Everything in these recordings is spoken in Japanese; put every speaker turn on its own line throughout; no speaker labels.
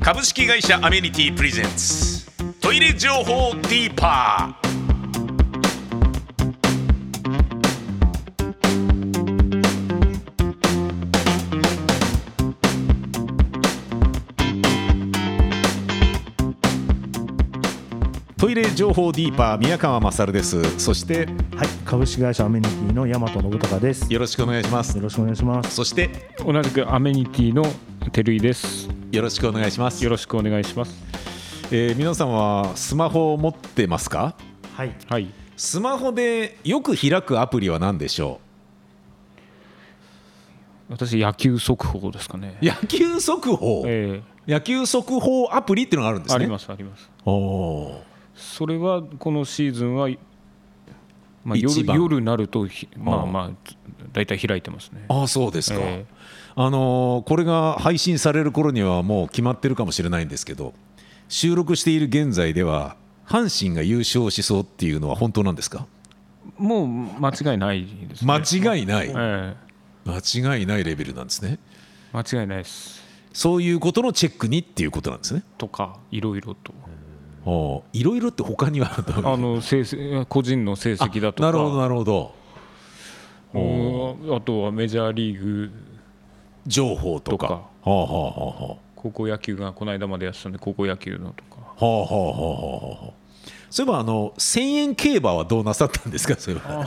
株式会社アメニティプレゼンツトイレ情報ディーパー
トイレ情報ディーパー宮川勝ですそして
はい、株式会社アメニティの大和信孝です。よ
よろしくお願いします
ろしくお願いします。
そして
同じくアメニティの照井です。
よろしくお願いします
よろしくお願いします。
えー皆さんはスマホを持ってますか
はい、
はい。
スマホでよく開くアプリは何でしょ
私野球速報ですかね。
う野球速報、
え
野球速報アプリっていうのがあるんで
え
すね
ありますあります。
おー
それはこのシーズンは、まあ夜
一番
夜なるとひま
ああ
あまあだいたい開いてますね。
ああそうですか、
ええ
あのーこれが配信される頃にはもう決まってるかもしれないんですけど収録している現在では阪神が優勝しそうっていうのは本当なんですか
もう間違いないです、ね。
間違いない、
え
間違いないレベルなんですね
え間違いないです。
そういうことのチェックにっていうことなんですね
とかいろいろと
おーいろいろって他にはある
あの成績個人の成績だとか
なるほどなるほど
うんあとはメジャーリーグ
情報とか
とか
はあはあはあはあ
高校野球がこの間までやってたんで高校野球のとか
はあはあはあはあはあそういえばあの千円競馬はどうなさったん ですかそういえば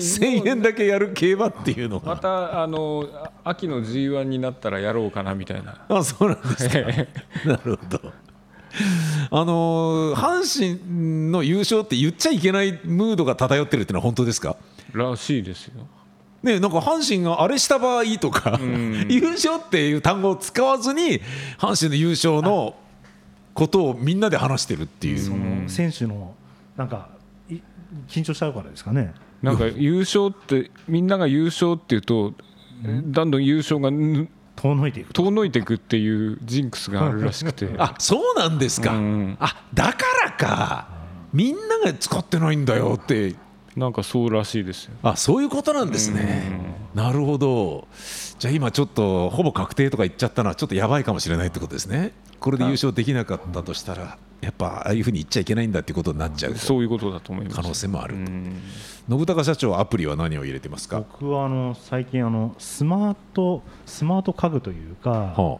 千円だけやる競馬っていうの
ま
が
たあのあ秋の G1 になったらやろうかなみたいな
あそうなんですかなるほどあのー阪神の優勝って言っちゃいけないムードが漂ってるっていうのは本当です から
しいですよ
ねえなんか阪神があれした場合とか、優勝っていう単語を使わずに阪神の優勝のことをみんなで話してるっていう
その選手のなんかい緊張しちゃうからですかね。
なんか優勝ってみんなが優勝っていうとどんどん優勝がぬ
遠のいていくと。
遠のいていくっていうジンクスがあるらしくて
あそうなんですか、
うん
あだからかみんなが使ってないんだよって
なんかそうらしいですよ
あそういうことなんですね、なるほどじゃあ今ちょっとほぼ確定とか言っちゃったのはちょっとやばいかもしれないってことですねこれで優勝できなかったとしたらやっぱああいうふうに言っちゃいけないんだってことになっちゃう
そういうことだと思います
可能性もある
うん
信孝社長はアプリは何を入れてますか、
僕はあの最近あのスマートスマート家具というか、
は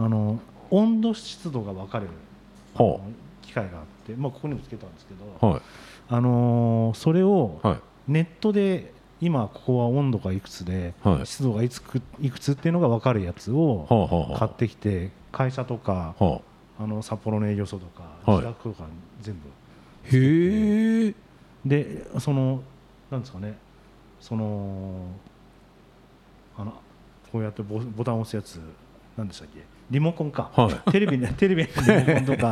あの温度湿度が分かる
あは
機械があって、まあここにもつけたんですけど、
あはい
あのーそれを
はい
ネットで今ここは温度がいくつで、
はい
湿度がいつくいくつっていうのが分かるやつを
はあはあは
買ってきて会社とか
あはあ
あの札幌の営業所とか
はい
自宅とか全部、
へえ
でそのなんですかねそのあのこうやってボボタンを押すやつなんでしたっけリモコンか、
は
テレビねテレビのリモコ ンとか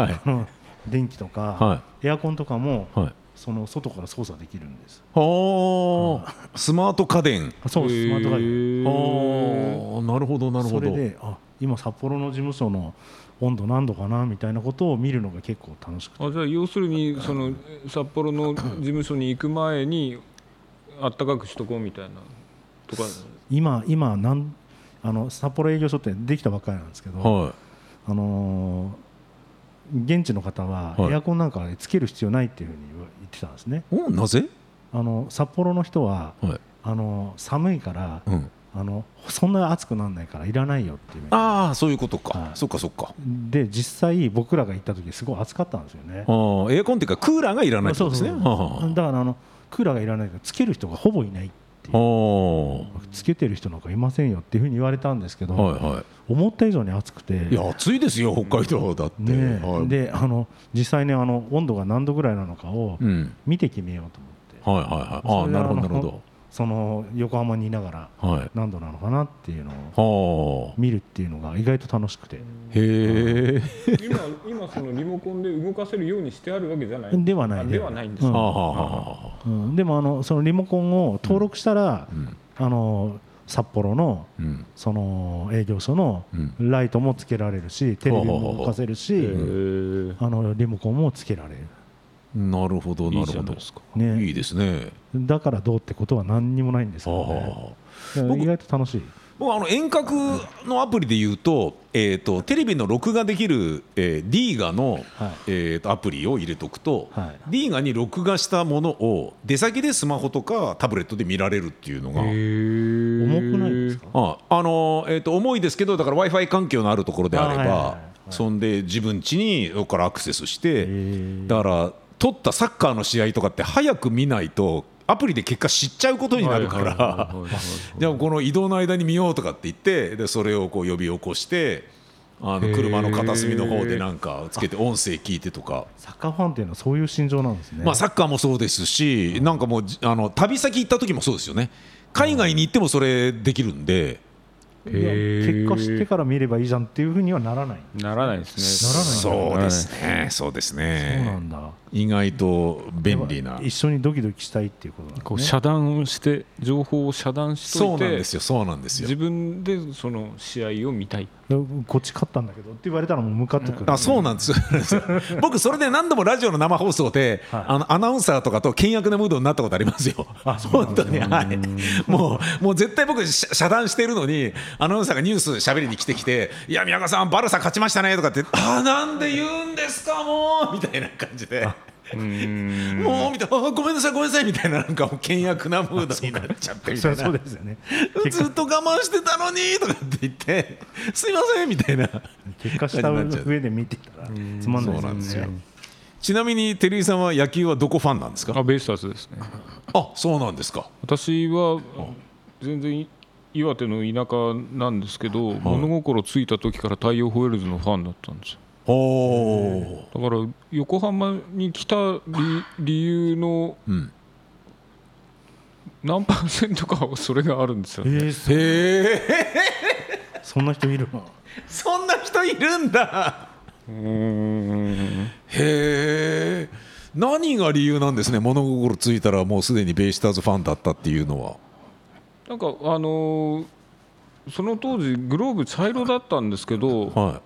はい
あの電気とか、
は
エアコンとかも、
いはい
その外から操作できるんです
はあスマート家電
あそうスマートガイ
あ
ド
あなるほどなるほ
それ
ど
であ今札幌の事務所の温度何度かなみたいなことを見るのが結構楽しくて
あじゃあ要するにその札幌の事務所に行く前にあったかくしとこうみたいなとか
今今なんあの札幌営業所ってできたばっかりなんですけど、
は
あのー現地の方は
はい
エアコンなんかつける必要ないっていうふうに言ってたんですね、
いおなぜ
あの札幌の人は
はい
あの寒いから、
うん
あのそんな暑くならないからいらないよっていう
ああそういうことか
はい
そっかそっか
で実際僕らが行った時すごい暑かったんですよね
ああエアコンっていうかクーラーがいらないって
そ
こ
う
とです
そう
ね
そう
はあは
だからあのクーラーがいらないからつける人がほぼいない
あは
つけてる人なんかいませんよっていうふうに言われたんですけど、
あはいは
思った以上に暑くて
いいや暑いですよ北海道だって
ねえ
はい
であの実際ねあの温度が何度ぐらいなのかを
うん
見て決めようと思って、
はいはいはいああ
それで
なるほど
あ
なる
の
ほ
その横浜にいながら
どはい
何度なのかなっていうのを
はあ
見るっていうのが意外と楽しくて
へえ
今今そのリモコンで動かせるようにしてあるわけじゃない
ではない
あではないんです
う
ね
は
ん
あはあはあはあ
うんでもあのそのリモコンを登録したら、
うん
あの札幌の
うん
その営業所の
うん
ライトもつけられるしテレビも動かせるし、
へー
あのリモコンもつけられる
なるほど
い
ないる
じ
ほ
ゃな
ど
いですか
ね
いいですね
だからどうってことは何にもないんです
あ
よ、
あ
ねだから
僕
意外と楽しい
僕はあの遠隔のアプリで言うと,、えー、とテレビの録画できる、えー、D ガの、
はい
えー、とアプリを入れとくと、
は
D ガに録画したものを出先でスマホとかタブレットで見られるっていうのが。
重
重
くないですか
ああのえー、と重いですけどだから w i f i 環境のあるところであれば、
あはいはいはい
そんで自分家にそこからアクセスして、
ー
だから取ったサッカーの試合とかって早く見ないとアプリで結果知っちゃうことになるから、じゃあこの移動の間に見ようとかって言ってでそれをこう呼び起こしてあの
へー
車の片隅の方でなんかつけて音声聞いてとか。
サッカーファンっていうのはそういう心情なんですね、
まあ、サッカーもそうですし、なんかもうじあの旅先行った時もそうですよね、海外に行ってもそれできるんで、
いや
へー
結果知ってから見ればいいじゃんっていうふうにはならない
ならないですね
な
そ
らない
うですね、そうです
そうな
ね、
んだ
意外と便利な、
一緒にドキドキしたいっていうことなんですね
こう遮断をして情報を遮断し
そ
と
う
い
なん
て
ですよ、そうなんです
自
よ、
分でその試合を見たい
こっち勝ったんだけどって言われたらもう向かってくる、
あそうなんですよ、 僕、それで何度もラジオの生放送で、
はい
あのアナウンサーとかと険悪なムードになったことありますよ、本当に、はい、もうもう絶対僕、し遮断してるのに、アナウンサーがニュース喋りに来てきて、いや、宮川さん、バルサ勝ちましたねとかって、あーなんで言うんですか、もうみたいな感じで。もうみたいなあごめんなさい、ごめんなさいみたいな、なんかもう険悪なムードになっちゃってみた
そり
い
ゃ
な
そうですよね
ず
結果
っと我慢してたのにとかって言って、すいませんみたいな。
結果した上で見てたらつまんないですよね
ちなみに照井さんは野球はどこファンなんですか
あベイスターズですね
あそうなんですか。
私は全然い岩手の田舎なんですけど、物心ついた時から太陽ホエールズのファンだったんですよ
おお、
だから横浜に来た理理由の
うん。
何パーセントかはそれがあるんですよ、ね
えーそ
へえ、
そんな人いるの
そんな人いるんだ。へえ、何が理由なんですね。物心ついたらもうすでにベイスターズファンだったっていうのは。
なんかあのーその当時グローブ茶色だったんですけど、
はい。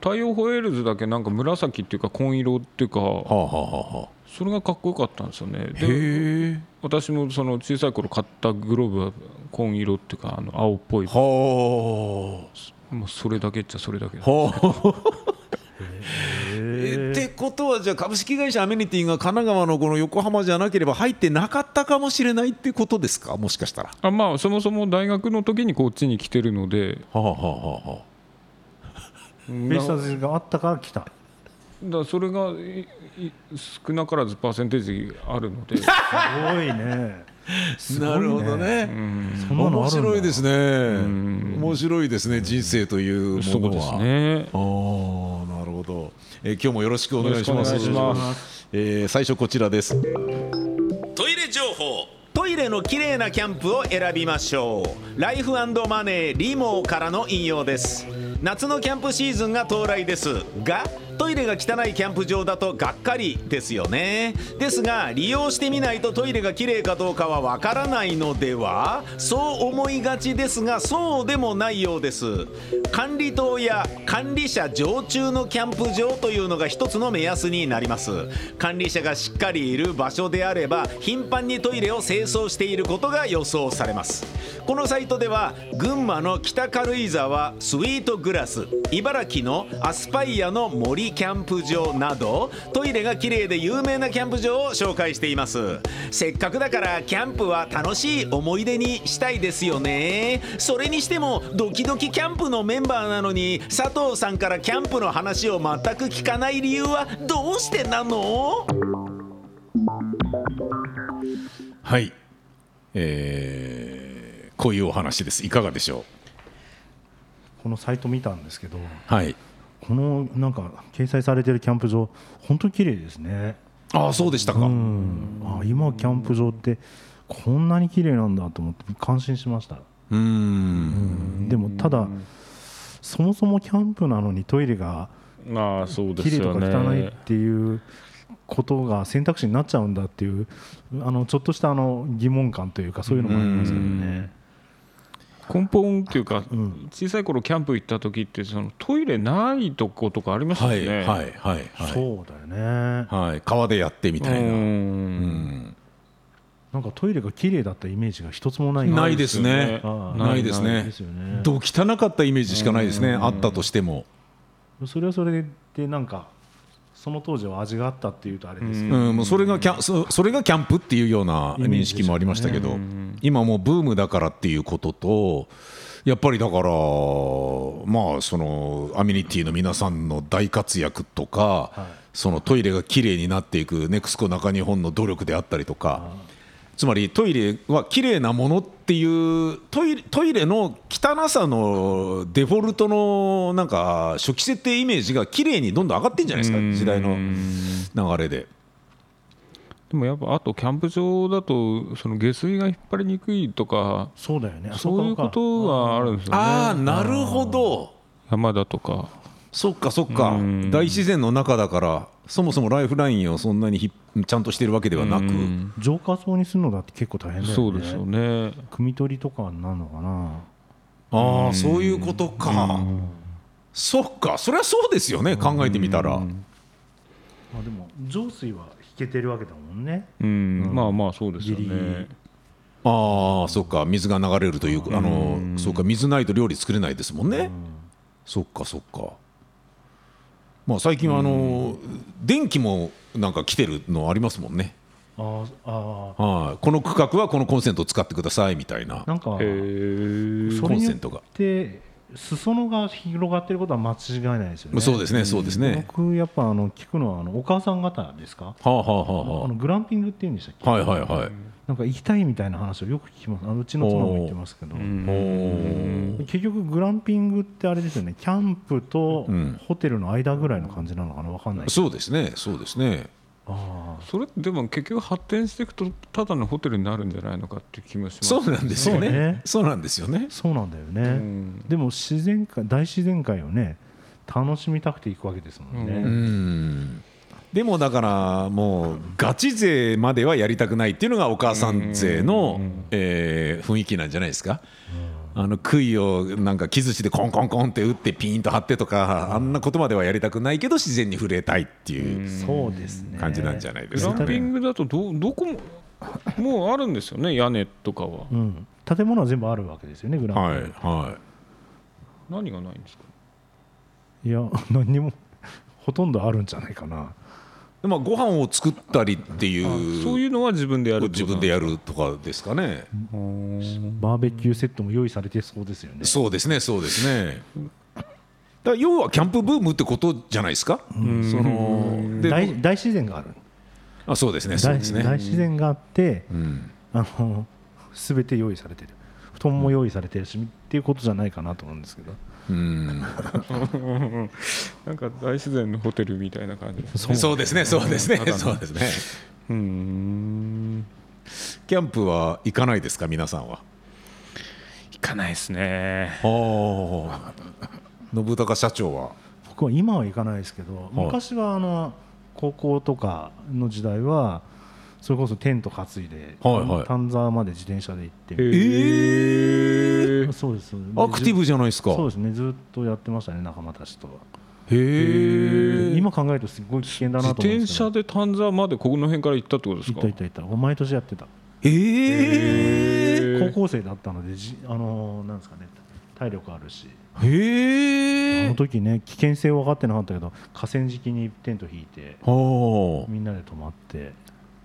太陽ホエールズだけなんか紫っていうか紺色っていうか
はあ、はあはあは
それがかっこよかったんですよね
あ、
で
へえ。
私もその小さい頃買ったグローブは紺色っていうかあの青っぽい
は
もうそれだけっちゃそれだけ
あ。はあ。え
え
ってことはじゃあ株式会社アメニティが神奈川のこの横浜じゃなければ入ってなかったかもしれないってことですかもしかしたら。は
あまあそもそも大学の時にこっちに来てるので
あはあはあはあ。
ベイスターズがあったから来た
だからそれがいい少なからずパーセンテージある ので
すごいねすごい
なるほどね。
そんなのあるんだ
面白いですね。面白いですね。人生という
そ
も
う
の
で
は。
すね
ああ、なるほど。えー今日もよろしくお願いします。
よろしくお願いしま
えー最初こちらです。
トイレ情報トイレのきれいなキャンプを選びましょうライフマネーリモーからの引用です夏のキャンプシーズンが到来ですがトイレが汚いキャンプ場だとがっかりですよねですが利用してみないとトイレがきれいかどうかはわからないのではそう思いがちですがそうでもないようです管理棟や管理者常駐のキャンプ場というのが一つの目安になります管理者がしっかりいる場所であれば頻繁にトイレを清掃していることが予想されますこのサイトでは群馬の北軽井沢スイートグラス茨城のアスパイアの森キャンプ場などトイレが綺麗で有名なキャンプ場を紹介していますせっかくだからキャンプは楽しい思い出にしたいですよねそれにしてもドキドキキャンプのメンバーなのに佐藤さんからキャンプの話を全く聞かない理由はどうしてなの
はい。えーこういうお話です。いかがでしょ
このサイト見たんですけど
う。はい。
このなんか掲載されてるキャンプ場本当に綺麗ですね
ああ、そうでしたか。
うんあ今キャンプ場ってこんなに綺麗なんだと思って感心しました
うん。
でもただそもそもキャンプなのにトイレが
まあそうで
綺
す
麗と
よ
か
ね
汚いっていうことが選択肢になっちゃうんだっていうあのちょっとしたあの疑問感というかそういうのもありますけどね
根本っていうか
うん
小さい頃キャンプ行った時ってそのトイレないとことかありましたよ
はいは
ね。
いはいはい
そうだよね
はい川でやってみたいうなうんん
なんかトイレが綺麗だったイメージが一つもない
ないですね
ああ
ないです
で
ね
すよね
ど汚かったイメージしかないですねあったとしても
それはそれでなんかその当時は味があったっていうとあれですけ
う
ど、
んもうそれがキャンそそれがキャンプっていうような
イメージ
認識もありましたけど
ん
今もうブームだからっていうこととやっぱりだからまあそのアメニティの皆さんの大活躍とか、
はい
そのトイレがきれいになっていくネクスコ中日本の努力であったりとか。つまりトイレはきれいなものっていうトイレトイレの汚さのデフォルトのなんか初期設定イメージがきれいにどんどん上がってんじゃないですか時代の流れで。
でもやっぱあとキャンプ場だとその下水が引っ張りにくいとか
そうだよねあ
そういう
か
ことがあるんですよ
ああ
ね。
なるほど
山だとか。
そっかそっか
うん
大自然の中だからそもそもライフラインをそんなにひちゃんとしてるわけではなく
うん
浄化槽にするのだって結構大変だよね
そうですよね。
汲み取りとかになるのかな
ああそういうことかそっかそりゃそうですよね考えてみたら
まあでも浄水は引けてるわけだもんね
うん、まあまあそうですよ
ギリギ
ね
リ。
ああそっか水が流れるというあのそっか水ないと料理作れないですもんねそっかそっかまあ最近はあの電気もなんか来てるのありますもんね
あああ
はいこの区画はこのコンセントを使ってくださいみたいな
あなんか
へー
そ
コ
れ
ン
に
セ
よ
ントが
って裾野が広がってることは間違いないですよね
そうですねそうですね
僕やっぱあの聞くのはあのお母さん方ですか
はあはあは
あ
あはあ
のグランピングっていうんでしたっけ
はいはいはい。
なんか行きたいみたいな話をよく聞きますあのうちの妻も言ってますけど
うん
結局グランピングってあれですよねキャンプと
うん
ホテルの間ぐらいの感じなのかなわかんないけど
そうですね、そうですね。
ああ
それってでも結局発展していくとただのホテルになるんじゃないのかっていう気もします。
そうなんですよ
そう
ね
ね。
そうなんですよね。
そうなんだよね、
うん
でも自然界大自然界をね楽しみたくて行くわけですもんね、
うん
うん。でもだからもうガチ勢まではやりたくないっていうのがお母さん勢のえー雰囲気なんじゃないですか。あの杭をなんか木槌でコンコンコンって打ってピーンと張ってとかあんなことまではやりたくないけど自然に触れたいっていう
そうですね
感じなんじゃないで
グ
す
ラ
か
ンピン
ね。
グだとどどこももうあるんですよね屋根とかは
う。ん、建物は全部あるわけですよねグランピン
はい
グ、
は。
何がないんですか。
い、や何にも ほとんどあるんじゃないかない
でまあご飯を作ったりってい
あそう
う
いうのは自分でやるって
自
こ
分
となん
で
で
やるとかですかね。
すね。
バーベキューセットも用意されてそうですよね
そうですね、そうですね。だから要はキャンプブームってことじゃないですか。そので
大大自然がある
あそうですね、そう
大
ですね。
大自然があって、
うん、
あの全て用意されてる布団も用意されてるし、っていうことじゃないかなと思うんですけど
うん、
なんか大自然のホテルみたいな感じですね。
そうですね、そうですね、そうですね。
うん。
キャンプは行かないですか、皆さんは。
行かないですね。
ああ、信孝社長は。
僕は今は行かないですけど昔はあの高校とかの時代はそれこそテント担いで、
はいはい
丹沢まで自転車で行ってみたい
え
な
え
そうですそうです
アクティブ
で
じゃないですか。
そうですねずっとやってましたね仲間たちとは、
へえ。
今考えるとすごい危険だ
自
なと思うん
転
ですけ
車
ど
で丹沢までここの辺から行ったってことです
行っ
か
た。行った行った毎年やってた
ええ。
高
高校生だったのでじあのーなんですかね体力あるしあ
へ
の
え。
時ね危険性分かってなかったけど河川敷にテント引いて
は
みんなで泊まって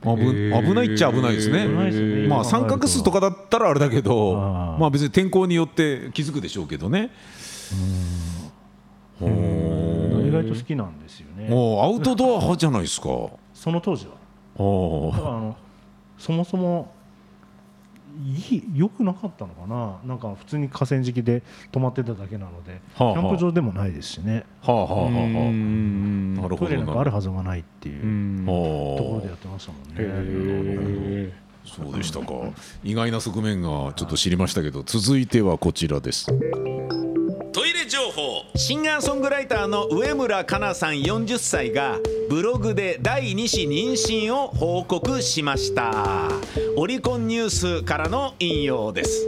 あ、危危ないっちゃ危ないですね。
危ないですよね
まあ
今考える
三角数とかだったらあれだけど、
あー
まあ別に天候によって気づくでしょうけどね。ほう
意外と好きなんですよね
もうアウトドア派じゃないですか。
その当時は
ほ
だからあのそもそもいい良くなかったのかななんか普通に河川敷で泊まってただけなのでキ
はあはあ
ャンプ場でもないですしね
うはあはあはあは
うん
あ。なるほ
トイレなん
ど
か
な。
あるはずがないっていうところで
は
やってましたもん
へ
ね
ー
あ、そうでしたか。意外な側面がちょっと知りましたけど、続いてはこちらです。
トイレ情報シンガーソングライターの上村かなさん40歳がブログで第2子妊娠を報告しましたオリコンニュースからの引用です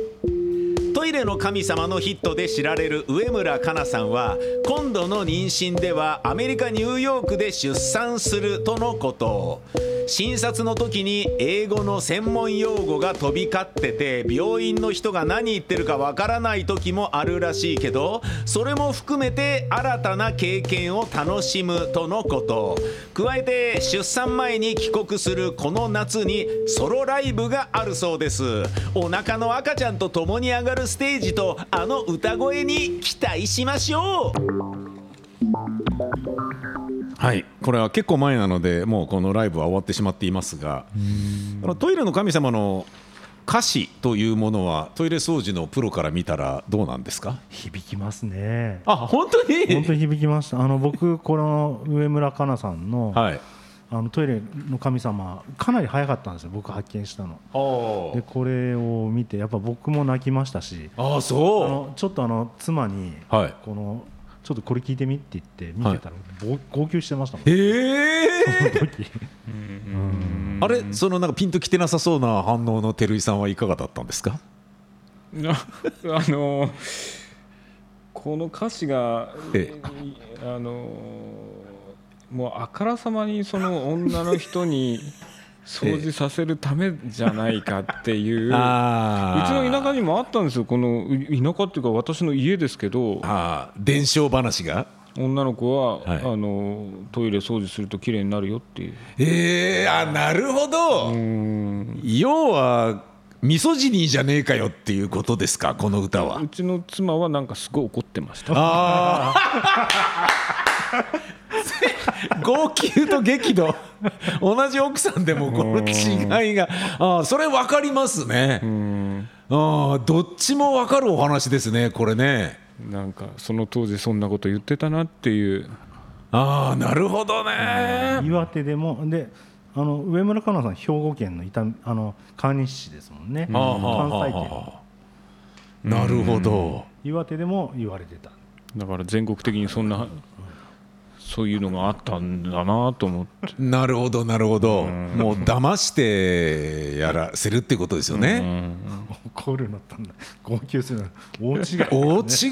トイレの神様のヒットで知られる上村かなさんは今度の妊娠ではアメリカ・ニューヨークで出産するとのこと診察の時に英語の専門用語が飛び交ってて病院の人が何言ってるかわからない時もあるらしいけどそれも含めて新たな経験を楽しむとのこと加えて出産前に帰国するこの夏にソロライブがあるそうですお腹の赤ちゃんと共に上がるステージとあの歌声に期待しましょう
はい、これは結構前なのでもうこのライブは終わってしまっていますがあのトイレの神様の歌詞というものはトイレ掃除のプロから見たらどうなんですか
響きますね
あ本当に
本当に響きましたあの僕この上村かなさんの,、
はい
あのトイレの神様かなり早かったんですよ僕発見したのでこれを見てやっぱ僕も泣きましたし
ああ
あ
そ
のちょっとあの妻に、
はい
このちょっとこれ聞いてみって言って見てたら、ぼ号泣してましたもん
うえ
その
え
時
あれそのなんかピンときてなさそうな反応の照井さんはいかがだったんですか
なあのーこの歌詞が、
え
いあのーもうあからさまにその女の人に掃除させるためじゃないかっていう。う
あ
ち
ー
の田舎にもあったんですよ、このう田舎っていうか、私の家ですけど、
あー伝承話が
女の子は、
はい
あのートイレ掃除すると綺麗になるよっていう、
ええあなるほど要はミソジニーじゃねえかよっていうことですかこの歌は
うちの妻はなんかすごい怒ってました。
ああ 号泣と激怒同じ奥さんでもこの違いがあーそれ分かりますねあーどっちも分かるお話ですねこれね
なんかその当時そんなこと言ってたなっていう
ああなるほどね
岩手でもであの上村かなさん兵庫県の伊丹あの川西市ですもんね
あーはー
関
はー
西圏
はーなるほど
岩手でも言われてた
だから全国的にそんなそういうのがあったんだなと思って
なるほどなるほどもう騙してやらせるってことですよね
怒るなったんだ号泣するな大違いだね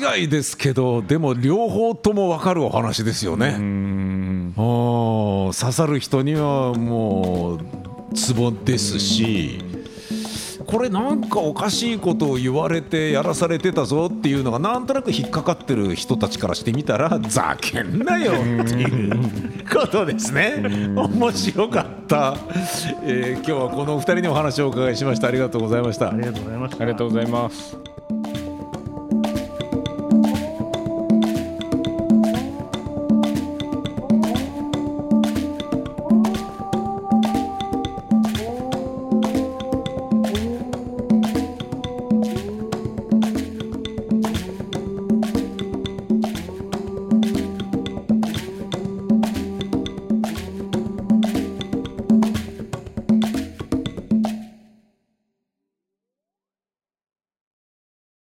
大違いですけどでも両方とも分かるお話ですよね
うん
あー刺さる人にはもうツボですしこれなんかおかしいことを言われてやらされてたぞっていうのがなんとなく引っかかってる人たちからしてみたらざけんなよっていうことですね面白かった、えー今日はこのお二人にお話をお伺いしましたありがとうございました
ありがとうございました
ありがとうございます